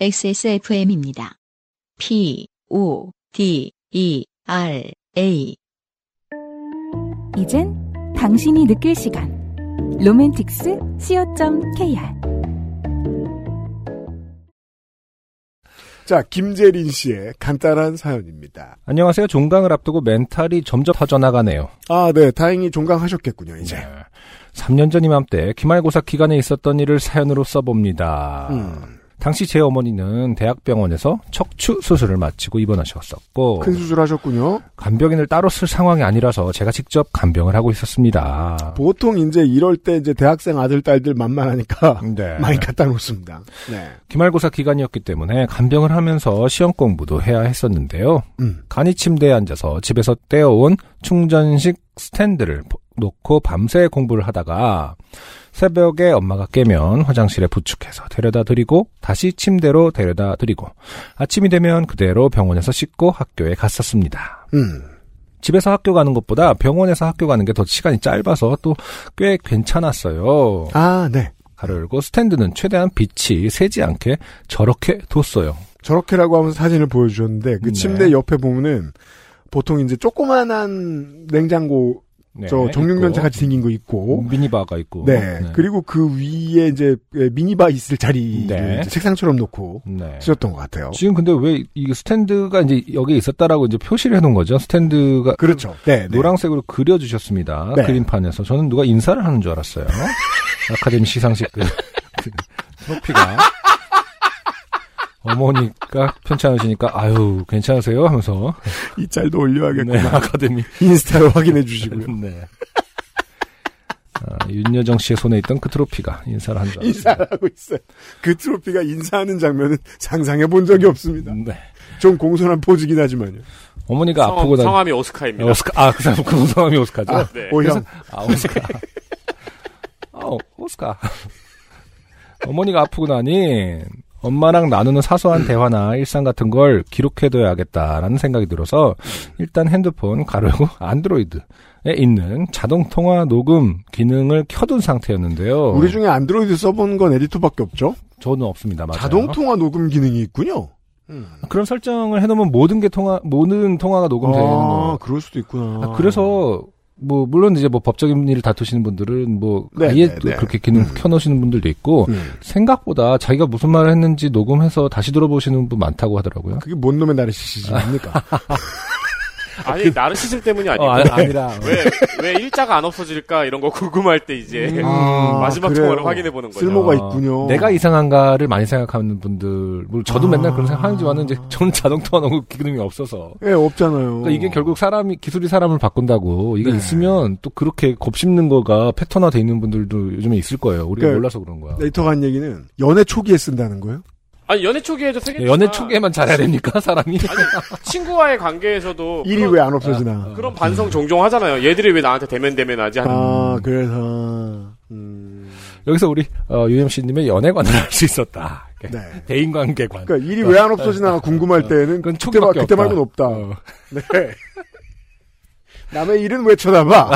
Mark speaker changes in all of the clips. Speaker 1: XSFM입니다. P, O, D, E, R, A.
Speaker 2: 이젠 당신이 느낄 시간. 로맨틱스 co.kr
Speaker 3: 자, 김재린 씨의 간단한 사연입니다.
Speaker 4: 안녕하세요. 종강을 앞두고 멘탈이 점점 터져나가네요.
Speaker 3: 아, 네. 다행히 종강하셨겠군요, 이제.
Speaker 4: 네. 3년 전 이맘때 기말고사 기간에 있었던 일을 사연으로 써봅니다.
Speaker 3: 음,
Speaker 4: 당시 제 어머니는 대학병원에서 척추 수술을 마치고 입원하셨었고
Speaker 3: 큰 수술하셨군요.
Speaker 4: 간병인을 따로 쓸 상황이 아니라서 제가 직접 간병을 하고 있었습니다.
Speaker 3: 보통 이제 이럴 때 이제 대학생 아들, 딸들 만만하니까
Speaker 4: 네.
Speaker 3: 많이 갖다 놓습니다. 네.
Speaker 4: 기말고사 기간이었기 때문에 간병을 하면서 시험 공부도 해야 했었는데요.
Speaker 3: 음.
Speaker 4: 간이 침대에 앉아서 집에서 떼어온 충전식 스탠드를 보- 놓고 밤새 공부를 하다가 새벽에 엄마가 깨면 화장실에 부축해서 데려다 드리고 다시 침대로 데려다 드리고 아침이 되면 그대로 병원에서 씻고 학교에 갔었습니다.
Speaker 3: 음.
Speaker 4: 집에서 학교 가는 것보다 병원에서 학교 가는 게 더 시간이 짧아서 또 꽤 괜찮았어요.
Speaker 3: 아, 네.
Speaker 4: 가로 열고 스탠드는 최대한 빛이 새지 않게 저렇게 뒀어요.
Speaker 3: 저렇게라고 하면서 사진을 보여주셨는데, 그
Speaker 4: 네.
Speaker 3: 침대 옆에 보면은, 보통 이제 조그만한 냉장고,
Speaker 4: 네,
Speaker 3: 저 정육면체
Speaker 4: 있고, 음.
Speaker 3: 같이 생긴 거 있고,
Speaker 4: 미니바가 있고
Speaker 3: 네. 그리고 그 위에 이제 그 미니바 있을 자리를
Speaker 4: 네.
Speaker 3: 이제 책상처럼 놓고
Speaker 4: 네.
Speaker 3: 쓰셨던 것 같아요.
Speaker 4: 지금 근데 왜 이 스탠드가 이제 여기 있었다라고 이제 표시를 해놓은 거죠? 스탠드가
Speaker 3: 그렇죠. 네, 네.
Speaker 4: 노란색으로 그려주셨습니다.
Speaker 3: 네.
Speaker 4: 그림판에서 저는 누가 인사를 하는 줄 알았어요. 아카데미 시상식 그 소피가 어머니가 편찮으시니까 아유 괜찮으세요 하면서
Speaker 3: 이 짤도 올려야겠구나.
Speaker 4: 네, 아카데미
Speaker 3: 인스타로 확인해 주시고요.
Speaker 4: 네. 아, 윤여정 씨의 손에 있던 그 트로피가 인사를 한줄 알았어요.
Speaker 3: 인사하고 있어요. 그 트로피가 인사하는 장면은 상상해 본 적이 없습니다.
Speaker 4: 네.
Speaker 3: 좀 공손한 포즈긴 하지만요.
Speaker 4: 어머니가
Speaker 5: 성함,
Speaker 4: 아프고 난
Speaker 5: 성함이 오스카입니다.
Speaker 4: 오스카 아그 사람 그 성함이 오스카죠?
Speaker 3: 아,
Speaker 5: 네.
Speaker 3: 오형.
Speaker 4: 아, 오스카. 어, 오스카. 어머니가 아프고 나니 엄마랑 나누는 사소한 대화나 일상 같은 걸 기록해둬야겠다라는 생각이 들어서 일단 핸드폰 가르고 안드로이드에 있는 자동 통화 녹음 기능을 켜둔 상태였는데요.
Speaker 3: 우리 중에 안드로이드 써본 건 에디터밖에 없죠?
Speaker 4: 저는 없습니다. 맞아요.
Speaker 3: 자동통화 녹음 기능이 있군요.
Speaker 4: 그런 설정을 해놓으면 모든 게 통화 모든 통화가 녹음되는
Speaker 3: 아,
Speaker 4: 거.
Speaker 3: 그럴 수도 있구나.
Speaker 4: 아, 그래서 뭐 물론 이제 뭐 법적인 일을 다투시는 분들은 뭐
Speaker 3: 네,
Speaker 4: 아예
Speaker 3: 네,
Speaker 4: 또
Speaker 3: 네.
Speaker 4: 그렇게 기능
Speaker 3: 음.
Speaker 4: 켜놓으시는 분들도 있고
Speaker 3: 음.
Speaker 4: 생각보다 자기가 무슨 말을 했는지 녹음해서 다시 들어보시는 분 많다고 하더라고요.
Speaker 3: 그게 뭔 놈의 나르시시즘입니까?
Speaker 5: 아니 나르시즘 때문이 아니고
Speaker 4: 그- 어, 아니라.
Speaker 5: 왜, 왜 일자가 안 없어질까 이런 거 궁금할 때 이제
Speaker 3: 아,
Speaker 5: 마지막
Speaker 3: 그래요.
Speaker 5: 통화를 확인해 보는 거죠.
Speaker 3: 쓸모가 있군요.
Speaker 4: 음, 아, 내가 이상한가를 많이 생각하는 분들, 물론 저도
Speaker 3: 아.
Speaker 4: 맨날 그런 생각하는지만은 이제 저는 자동통화 너무 기능이 없어서.
Speaker 3: 예, 없잖아요.
Speaker 4: 그러니까 이게 결국 사람이 기술이 사람을 바꾼다고 이게
Speaker 3: 네.
Speaker 4: 있으면 또 그렇게 곱씹는 거가 패턴화돼 있는 분들도 요즘에 있을 거예요. 우리가
Speaker 3: 그러니까
Speaker 4: 몰라서 그런 거야.
Speaker 3: 에디터가 한 얘기는 연애 초기에 쓴다는 거예요?
Speaker 5: 아니 연애 초기에도 세겠지
Speaker 4: 네, 연애 초기에만 잘해야 됩니까 사람이?
Speaker 3: 아.
Speaker 5: 친구와의 관계에서도
Speaker 4: 어,
Speaker 3: 일이
Speaker 5: 그런,
Speaker 3: 왜 안
Speaker 4: 아,
Speaker 3: 없어지나?
Speaker 5: 그런 반성 종종 하잖아요. 얘들이 왜 나한테 대면 대면하지? 하는.
Speaker 3: 아, 그래서, 음,
Speaker 4: 여기서 우리 어, UMC님의 연애관을 알 수 있었다.
Speaker 3: 네.
Speaker 4: 대인관계관.
Speaker 3: 그러니까 일이 왜 안 없어지나 궁금할 때는
Speaker 4: 그건
Speaker 3: 그때, 말-
Speaker 4: 초기밖에
Speaker 3: 그때
Speaker 4: 없다.
Speaker 3: 말고는 없다.
Speaker 4: 어.
Speaker 3: 네. 남의 일은 왜 쳐다봐?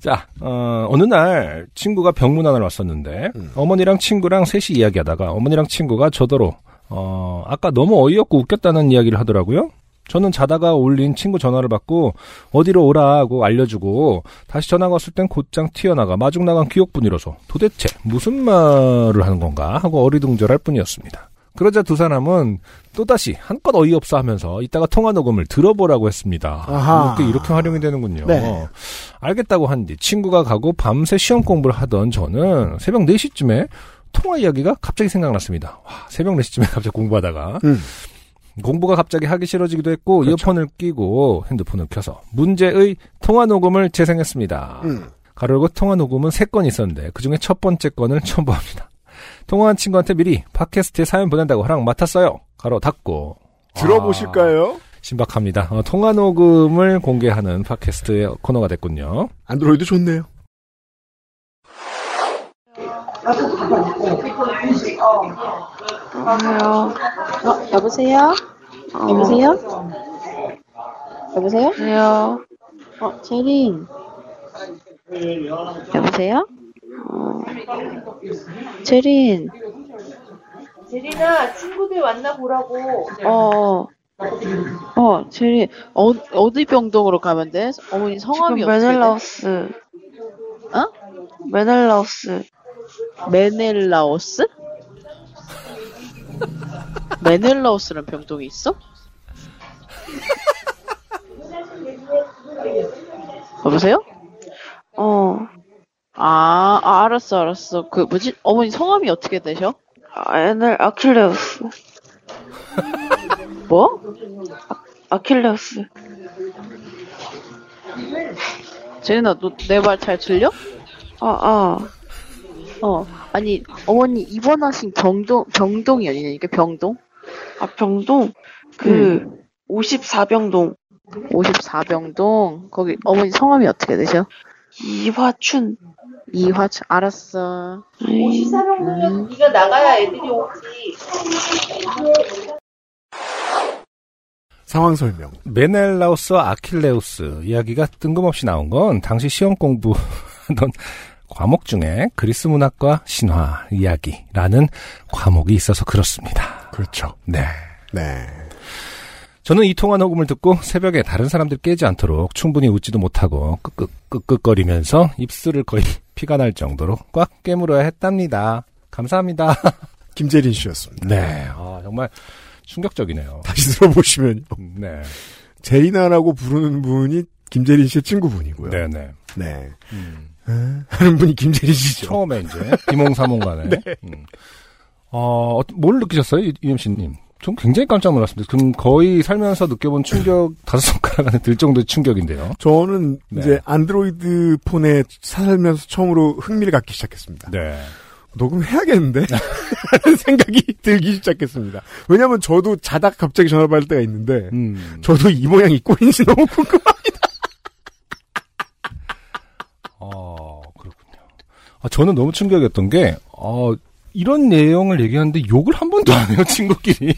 Speaker 4: 자, 어, 어느 날 친구가 병문안을 왔었는데
Speaker 3: 음.
Speaker 4: 어머니랑 친구랑 셋이 이야기하다가 어머니랑 친구가 저더러 어, 아까 너무 어이없고 웃겼다는 이야기를 하더라고요. 저는 자다가 울린 친구 전화를 받고 어디로 오라고 알려주고 다시 전화가 왔을 땐 곧장 튀어나가 마중 나간 기억뿐이라서 도대체 무슨 말을 하는 건가 하고 어리둥절할 뿐이었습니다. 그러자 두 사람은 또다시 한껏 어이없어 하면서 이따가 통화 녹음을 들어보라고 했습니다.
Speaker 3: 아하.
Speaker 4: 이렇게 이렇게 활용이 되는군요.
Speaker 3: 네.
Speaker 4: 알겠다고 한 뒤 친구가 가고 밤새 시험 공부를 하던 저는 새벽 4시쯤에 통화 이야기가 갑자기 생각났습니다. 와, 새벽 4시쯤에 갑자기 공부하다가
Speaker 3: 음. 그렇죠.
Speaker 4: 공부가 갑자기 하기 싫어지기도 했고 이어폰을 끼고 핸드폰을 켜서 문제의 통화 녹음을 재생했습니다.
Speaker 3: 음.
Speaker 4: 가로고 통화 녹음은 3건 있었는데 그중에 첫 번째 건을 첨부합니다. 통화한 친구한테 미리 팟캐스트에 사연 보낸다고 허락 맡았어요. 가로 닫고
Speaker 3: 들어보실까요?
Speaker 4: 아, 신박합니다. 어, 통화 녹음을 공개하는 팟캐스트의 코너가 됐군요.
Speaker 3: 안드로이드 좋네요.
Speaker 6: 어, 여보세요? 여보세요? 여보세요?
Speaker 7: 안녕하세요.
Speaker 6: 어, 제린. 여보세요? 어, 제린.
Speaker 7: 제리나 친구들 만나보라고.
Speaker 6: 어, 어, 제리, 어, 어디 병동으로 가면 돼? 어머니 성함이
Speaker 8: 지금
Speaker 6: 어떻게 돼?
Speaker 8: 메넬라우스.
Speaker 6: 어?
Speaker 8: 메넬라우스.
Speaker 6: 메넬라오스? 메넬라오스란 병동이 있어? 여보세요?
Speaker 8: 어.
Speaker 6: 아, 아, 알았어, 알았어. 그, 뭐지? 어머니 성함이 어떻게 되셔?
Speaker 8: 아, 에넬 아킬레우스.
Speaker 6: 뭐?
Speaker 8: 아킬레우스.
Speaker 6: 제인아, 너 내 말 잘 들려?
Speaker 8: 아, 아.
Speaker 6: 어. 아니, 어머니 입원하신 병동, 병동이 아니니까 병동?
Speaker 8: 아, 병동? 그, 54병동.
Speaker 6: 54병동. 거기, 어머니 성함이 어떻게 되셔?
Speaker 8: 이화춘.
Speaker 6: 이화춘, 알았어. 음.
Speaker 8: 에이.
Speaker 7: 54명이면 네가 나가야 애들이 오지.
Speaker 3: 상황 설명.
Speaker 4: 메넬라우스와 아킬레우스 이야기가 뜬금없이 나온 건 당시 시험 공부하던 과목 중에 그리스 문학과 신화 이야기라는 과목이 있어서 그렇습니다.
Speaker 3: 그렇죠.
Speaker 4: 네.
Speaker 3: 네.
Speaker 4: 저는 이 통화 녹음을 듣고 새벽에 다른 사람들 깨지 않도록 충분히 웃지도 못하고 끄끄끄끄거리면서 입술을 거의 피가 날 정도로 꽉 깨물어야 했답니다. 감사합니다.
Speaker 3: 김재린 씨였습니다.
Speaker 4: 네. 아, 정말 충격적이네요.
Speaker 3: 다시 들어보시면
Speaker 4: 네.
Speaker 3: 제이나라고 부르는 분이 김재린 씨의 친구분이고요.
Speaker 4: 네, 네.
Speaker 3: 네.
Speaker 4: 음. 네.
Speaker 3: 에? 하는 분이 김재린 씨죠.
Speaker 4: 처음에 이제 비몽사몽간에 음. 어, 어떤- 뭘 느끼셨어요, 이- 이엠씨님? 전 굉장히 깜짝 놀랐습니다. 그럼 거의 살면서 느껴본 충격 다섯 손가락 안에 들 정도의 충격인데요.
Speaker 3: 저는
Speaker 4: 네.
Speaker 3: 이제 안드로이드 폰에 살면서 처음으로 흥미를 갖기 시작했습니다.
Speaker 4: 네,
Speaker 3: 녹음해야겠는데? 하는 생각이 들기 시작했습니다. 왜냐면 저도 자다가 갑자기 전화 받을 때가 있는데,
Speaker 4: 음,
Speaker 3: 저도 이 모양이 꼴인지 너무 궁금.
Speaker 4: 어, 그렇군요. 아, 저는 너무 충격이었던 게, 어, 이런 내용을 얘기하는데 욕을 한 번도 안 해요, 친구끼리.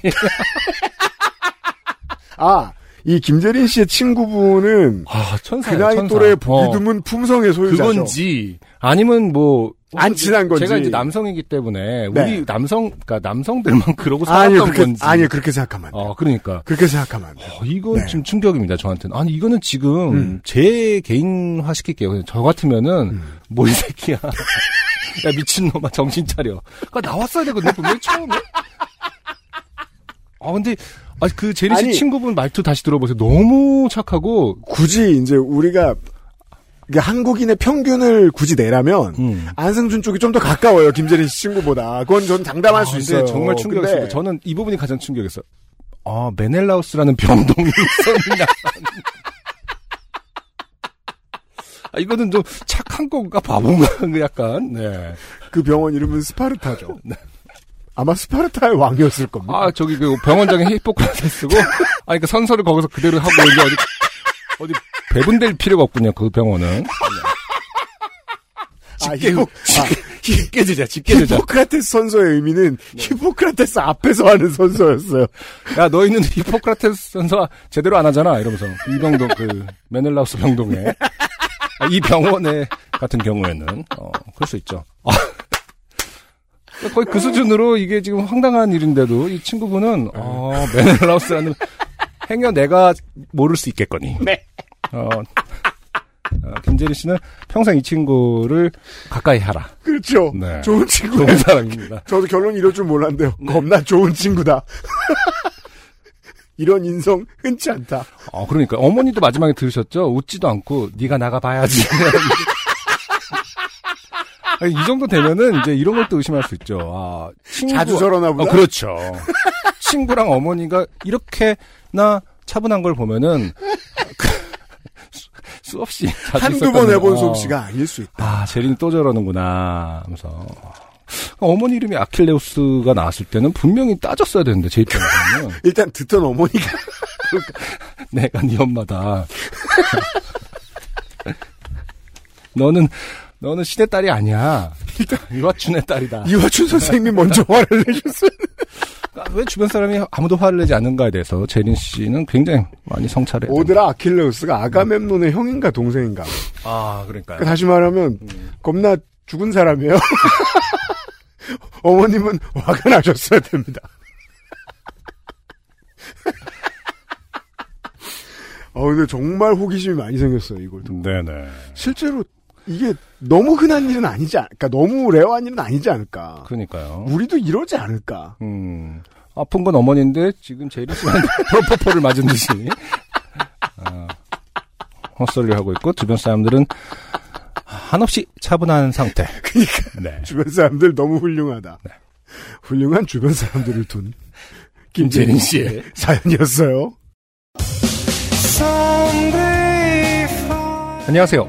Speaker 3: 아, 이 김재린 씨의 친구분은
Speaker 4: 아, 천사.
Speaker 3: 그 나이 또래 보기 드문 품성의 소유자죠.
Speaker 4: 그건지 아니면 뭐.
Speaker 3: 안 친한 건지.
Speaker 4: 제가 이제 남성이기 때문에
Speaker 3: 네.
Speaker 4: 우리 남성, 그러니까 남성들만 그러고 살았던
Speaker 3: 아니요, 그렇게,
Speaker 4: 건지.
Speaker 3: 아니요, 그렇게 생각하면 안 돼요.
Speaker 4: 어, 그러니까.
Speaker 3: 그렇게 생각하면 안 돼요.
Speaker 4: 어, 이건
Speaker 3: 네.
Speaker 4: 지금 충격입니다, 저한테는. 아니, 이거는 지금
Speaker 3: 음.
Speaker 4: 제 개인화 시킬게요. 그냥 저 같으면은, 뭐 이 새끼야. 야, 미친놈아, 정신 차려. 그니까 나왔어야 되거든요, 분명히 처음에. 아, 근데, 아, 그 제리 씨
Speaker 3: 아니.
Speaker 4: 친구분 말투 다시 들어보세요. 너무 착하고,
Speaker 3: 굳이 이제 우리가 이게 한국인의 평균을 굳이 내라면
Speaker 4: 음.
Speaker 3: 안승준 쪽이 좀 더 가까워요 김재린 씨 친구보다 그건 전 장담할
Speaker 4: 아,
Speaker 3: 수
Speaker 4: 근데
Speaker 3: 있어요.
Speaker 4: 정말 충격했어요.
Speaker 3: 근데
Speaker 4: 저는 이 부분이 가장 충격했어요. 아, 메넬라우스라는 병동이 있었나. 아, 이거는 좀 착한 건가, 바본가, 약간, 네.
Speaker 3: 그 병원 이름은 스파르타죠. 아마 스파르타의 왕이었을 겁니다.
Speaker 4: 아, 저기 그 병원장에 히포크라테스고, 아, 그러니까 선서를 거기서 그대로 하고 이제 어디 어디 배분될 필요가 없군요. 그 병원은.
Speaker 3: 아, 히포,
Speaker 4: 쉽게 되자, 쉽게
Speaker 3: 히포크라테스 선서의 의미는 히포크라테스 앞에서 하는 선서였어요.
Speaker 4: 야, 너희는 히포크라테스 선서 제대로 안 하잖아. 이러면서 이 병동 그 메넬라우스 병동에 아, 이 병원에 같은 경우에는 어, 그럴 수 있죠. 아, 거의 그 수준으로 이게 지금 황당한 일인데도 이 친구분은 어, 메넬라우스라는 행여 내가 모를 수 있겠거니. 어, 어, 김재리 씨는 평생 이 친구를 가까이 하라.
Speaker 3: 그렇죠.
Speaker 4: 네.
Speaker 3: 좋은 친구. 네.
Speaker 4: 좋은 사람입니다.
Speaker 3: 저도 결론 이럴 줄 몰랐는데요. 겁나 좋은 친구다. 이런 인성 흔치 않다.
Speaker 4: 어, 그러니까 어머니도 마지막에 들으셨죠? 웃지도 않고 네가 나가 봐야지. 아니, 이 정도 되면은 이제 이런 걸 또 의심할 수 있죠. 아, 친구-
Speaker 3: 자주 저러나 보다.
Speaker 4: 어, 그렇죠. 친구랑 어머니가 이렇게나 차분한 걸 보면은 그- 수- 수없이 자주
Speaker 3: 한두
Speaker 4: 있었거든요.
Speaker 3: 번 해본
Speaker 4: 어.
Speaker 3: 솜씨가 아닐 수 있다.
Speaker 4: 아, 제린 또 저러는구나 하면서 그러니까 어머니 이름이 아킬레우스가 나왔을 때는 분명히 따졌어야 되는데 제 입장에서는
Speaker 3: 일단 듣던 어머니가
Speaker 4: 내가 네 엄마다. 너는 너는 시대 딸이 아니야. 유아춘의 딸이다.
Speaker 3: 이화춘 선생님이 먼저 화를 내셨어요.
Speaker 4: 아, 왜 주변 사람이 아무도 화를 내지 않는가에 대해서 제린 씨는 굉장히 많이 성찰해.
Speaker 3: 오드라 아킬레우스가 아가멤논의 형인가 동생인가.
Speaker 4: 아
Speaker 3: 그러니까
Speaker 4: 그러니까요.
Speaker 3: 다시 말하면 겁나 죽은 사람이에요. 어머님은 화가 나셨어야 됩니다. 어, 근데 정말 호기심이 많이 생겼어요, 이걸. 듣고.
Speaker 4: 네네.
Speaker 3: 실제로 이게 너무 흔한 일은 아니지 않, 그러니까 너무 레어한 일은 아니지 않을까.
Speaker 4: 그니까요.
Speaker 3: 우리도 이러지 않을까.
Speaker 4: 음. 아픈 건 어머니인데 지금 제일 심한 프로포폴을 맞은 듯이 아, 헛소리를 하고 있고 주변 사람들은 한없이 차분한 상태. 네.
Speaker 3: 그러니까 주변 사람들 너무 훌륭하다. 훌륭한 주변 사람들을 둔
Speaker 4: 김재린 씨의
Speaker 3: 사연이었어요.
Speaker 4: 안녕하세요.